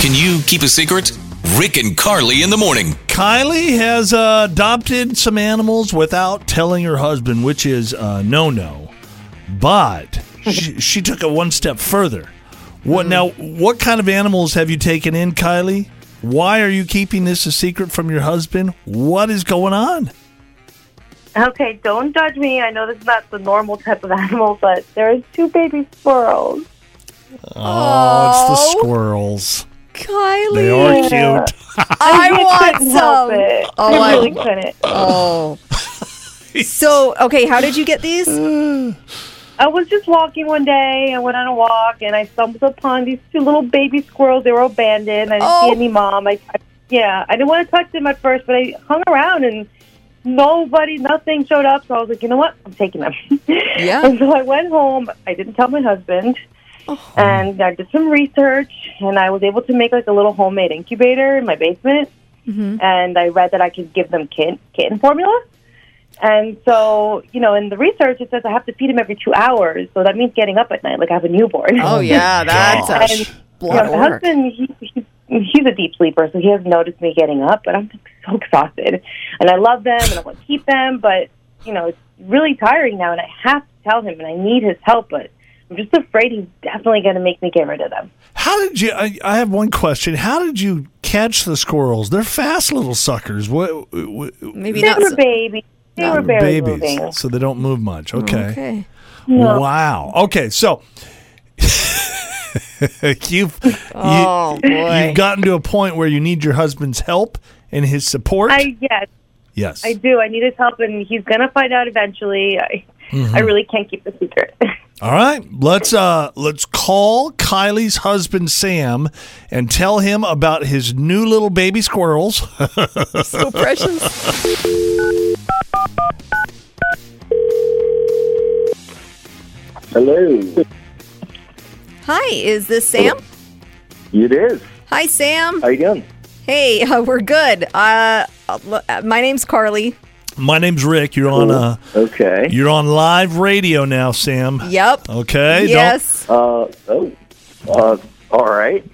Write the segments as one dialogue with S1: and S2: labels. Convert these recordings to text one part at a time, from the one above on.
S1: Can you keep a secret? Rick and Carly in the morning.
S2: Kylie has uh, adopted some animals without telling her husband, which is uh, no no. But she, she took it one step further. What now? What kind of animals have you taken in, Kylie? Why are you keeping this a secret from your husband? What is going on?
S3: Okay, don't judge me. I know this is not the normal type of animal, but there's two baby squirrels.
S2: Oh, it's
S4: Oh.
S2: the squirrels.
S4: Kylie.
S2: They are cute.
S4: I want
S3: couldn't help
S4: some.
S3: it.
S4: Oh,
S3: I
S4: I-
S3: really couldn't.
S4: Oh. so, okay, how did you get these?
S3: Oh, I was just walking one day. I went on a walk and I stumbled upon these two little baby squirrels. They were abandoned. I didn't
S4: Oh.
S3: see any mom. I, I yeah, I didn't want to touch them at first, but I hung around and nobody, nothing showed up. So I was like, you know what? I'm taking them.
S4: Yeah. Oh.
S3: And so I went home. I didn't tell my husband. And I did some research, and I was able to make like a little homemade incubator in my basement.
S4: Mm-hmm.
S3: And I read that I could give them kitten, kitten formula. And so, you know, in the research, it says I have to feed him every two hours. So that means getting up at night, like I have a newborn.
S4: Oh, yeah,
S3: gosh.
S4: that's a lot of
S3: my
S4: work.
S3: husband, he, he, he's a deep sleeper, so he hasn't noticed me getting up, but I'm like, so exhausted. And I love them, and I want to keep them, but, you know, it's really tiring now, and I have to tell him, and I need his help, but I'm just afraid he's definitely going to make me get rid of them.
S2: How did you? I, I have one question. How did you catch the squirrels? They're fast little suckers. What? what
S4: Maybe
S3: They
S4: not.
S3: were
S4: so-
S3: babies. They
S4: not
S3: were barely
S2: babies,
S3: moving.
S2: so they don't move much.
S4: Okay.
S2: Wow. Okay, so you've
S4: Oh,
S2: you,
S4: boy.
S2: have gotten to a point where you need your husband's help and his support.
S3: I, yes,
S2: yes.
S3: I do. I need his help, and he's going to find out eventually. I,
S4: Mm-hmm.
S3: I really can't keep the secret.
S2: All right. Let's uh let's call Kylie's husband Sam and tell him about his new little baby squirrels.
S4: So precious.
S5: Hello.
S4: Hi, is this Sam?
S5: It is.
S4: Hi, Sam.
S5: How you doing?
S4: Hey, uh, we're good. Uh, l- uh, my name's Carly.
S2: My name's Rick. You're on uh
S5: Okay.
S2: you're on live radio now, Sam.
S4: Yep.
S2: Okay. don't-
S4: yes.
S5: Uh oh. Uh, all right.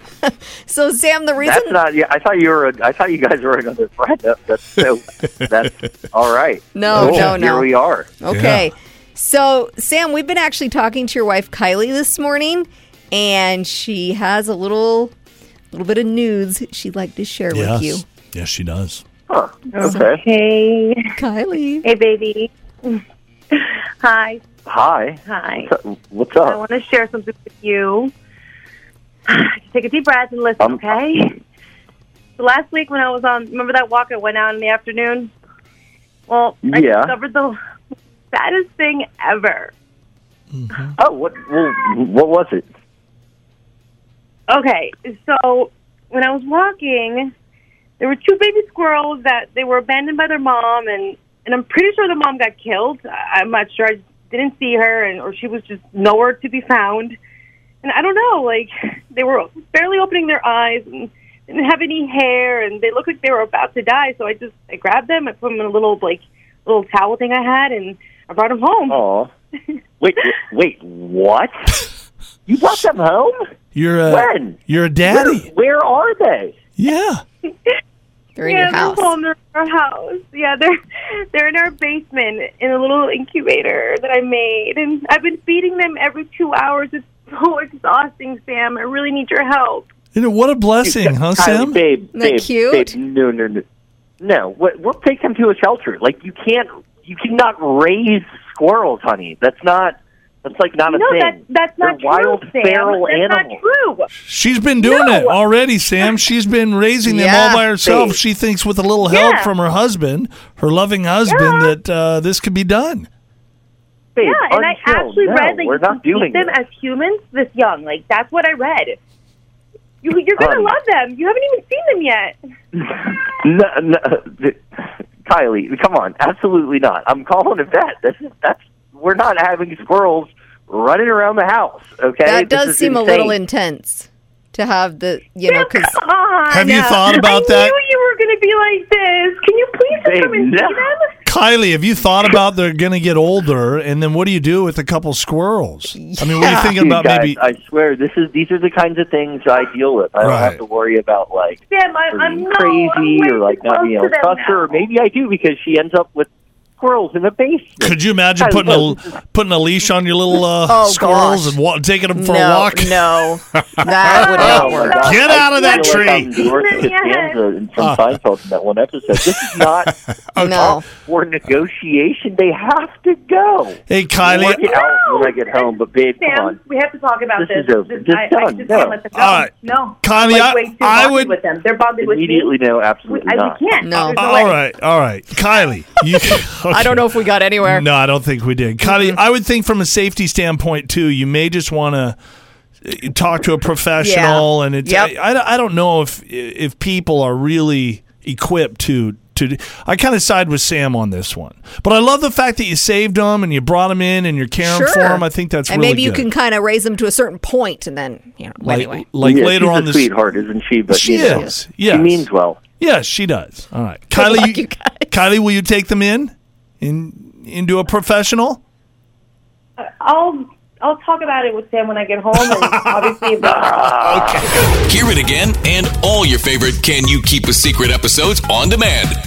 S4: So, Sam, the reason.
S5: That's not. Yeah, I thought you were. A, I thought you guys were another friend. That, that's so. That's all right.
S4: No,
S5: Cool.
S4: no, no.
S5: Here we are.
S4: Okay. So, Sam, we've been actually talking to your wife Kylie this morning, and she has a little little bit of news she'd like to share
S2: Yes.
S4: with you.
S2: Yes, she does.
S5: Huh. Okay.
S3: hey,
S4: Kylie.
S3: hey, baby. Hi,
S5: Hi.
S3: hi.
S5: What's
S3: I
S5: up?
S3: want to share something with you. Just take a deep breath and listen,
S5: Um,
S3: okay? So last week when I was on, remember that walk I went out in the afternoon? Well, I
S5: Yeah.
S3: discovered the saddest thing ever.
S5: Oh, what? Well, what was it?
S3: Okay, so when I was walking, there were two baby squirrels that they were abandoned by their mom, and and I'm pretty sure the mom got killed. I- I'm not sure. I didn't see her, and or she was just nowhere to be found. And I don't know, like they were barely opening their eyes and didn't have any hair, and they looked like they were about to die. So I just I grabbed them, I put them in a little like little towel thing I had, and I brought them home.
S5: Oh. Wait. Wait. What? You brought them home?
S2: You're a
S5: When?
S2: you're a
S5: Where,
S2: daddy.
S5: where are they?
S2: Yeah.
S4: They're in
S3: yeah,
S4: your house.
S3: They're home. They're in our house. Yeah, they're they're in our basement in a little incubator that I made, and I've been feeding them every two hours. It's so exhausting, Sam. I really need your help.
S2: You know, what a blessing, huh,
S5: Kylie,
S2: Sam?
S5: Babe,
S4: Isn't that
S5: babe,
S4: cute?
S5: babe, no, no, no, no. What, we'll take them to a shelter. Like you can't, you cannot raise squirrels, honey. That's not. That's like not a
S3: no,
S5: thing.
S3: that's that's
S5: They're
S3: not true,
S5: wild
S3: Sam.
S5: feral
S3: that's
S5: animals.
S3: not true.
S2: She's been doing
S3: No.
S2: it already, Sam. She's been raising them all
S4: Yeah.
S2: by herself.
S5: Babe.
S2: She thinks with a little help
S3: Yeah.
S2: from her husband, her loving husband,
S3: Yeah.
S2: that uh, this could be done.
S5: Babe,
S3: Yeah, and I
S5: until
S3: actually
S5: now,
S3: read that
S5: we're
S3: you
S5: not
S3: can
S5: doing
S3: eat them
S5: this.
S3: as humans this young. Like that's what I read. You, you're gonna
S5: Um,
S3: love them. You haven't even seen them yet.
S5: No, no, Kylie, come on! Absolutely not. I'm calling it that. That's that's. We're not having squirrels running around the house. Okay,
S4: That
S5: This
S4: does
S5: is
S4: seem a little
S5: insane.
S4: intense to have the, you know, because
S3: Come on.
S2: Have you thought about
S3: I
S2: that?
S3: knew you were gonna be like this. Can you please just
S5: Babe,
S3: come and
S5: no.
S3: see them?
S2: Kylie, have you thought about they're going to get older, and then what do you do with a couple squirrels? I mean, what are you thinking
S5: Dude,
S2: about?
S5: guys,
S2: Maybe
S5: I swear, this is these are the kinds of things I deal with. I don't
S2: Right.
S5: have to worry about like
S3: Sam, I,
S5: her
S3: I'm
S5: being
S3: no, I'm
S5: crazy
S3: way
S5: or like
S3: too
S5: not
S3: close
S5: being
S3: to
S5: able to
S3: them
S5: trust her. Or
S3: now.
S5: maybe I do because she ends up with squirrels in the basement.
S2: could you imagine
S5: Kylie,
S2: putting
S5: look,
S2: a putting a leash on your little uh,
S4: Oh,
S2: squirrels
S4: gosh.
S2: and wa- taking them for
S4: no,
S2: a walk?
S4: no, that would
S5: Oh
S4: not
S5: my
S4: work.
S5: God.
S2: Get
S5: I
S2: out of that
S5: feel like
S2: tree.
S5: I'm George
S3: Give me a
S5: Costanza in- from
S2: Ah.
S5: Seinfeld in that one episode. This is not
S4: No.
S5: for negotiation. They have to go.
S2: Hey,
S5: We'll
S2: Kylie.
S5: work it out when I get home, but babe,
S3: Sam,
S5: come on.
S3: we have to talk about
S5: This
S3: this.
S5: is over. This
S3: I, I
S5: done.
S3: just
S5: No.
S3: can't let them go.
S2: All right.
S3: No,
S2: Connie,
S3: I'm,
S2: I-
S3: like, way too
S2: I
S3: bonded
S2: would-
S3: with them. They're bonded with
S5: Immediately,
S3: me.
S5: no,
S3: We,
S5: absolutely
S3: I,
S5: not.
S3: we can't.
S4: No.
S3: There's
S2: all
S3: way.
S2: right, all right, Kylie. You,
S4: I don't know if we got anywhere.
S2: No, I don't think we did. Kylie, I would think from a safety standpoint too, you may just want to talk to a professional and it's
S4: Yep.
S2: I, I, I don't know if if people are really equipped to to I kind of side with Sam on this one. But I love the fact that you saved them and you brought them in and you're caring
S4: Sure.
S2: for them. I think that's
S4: and
S2: really
S4: maybe you
S2: good.
S4: can kind of raise them to a certain point, and then you know.
S2: like
S4: anyway,
S2: like
S5: Yeah,
S2: later
S5: she's
S2: on
S5: a
S2: this
S5: sweetheart, isn't she? But
S2: She
S5: you know,
S2: is. Yes.
S5: She means well.
S2: Yes, she does. All right. Kylie
S4: luck,
S2: you-
S4: you guys.
S2: Kylie, will you take them in? In into a professional?
S3: I'll I'll talk about it with Sam when I get home. And obviously, if-
S1: Hear it again and all your favorite Can You Keep a Secret episodes on demand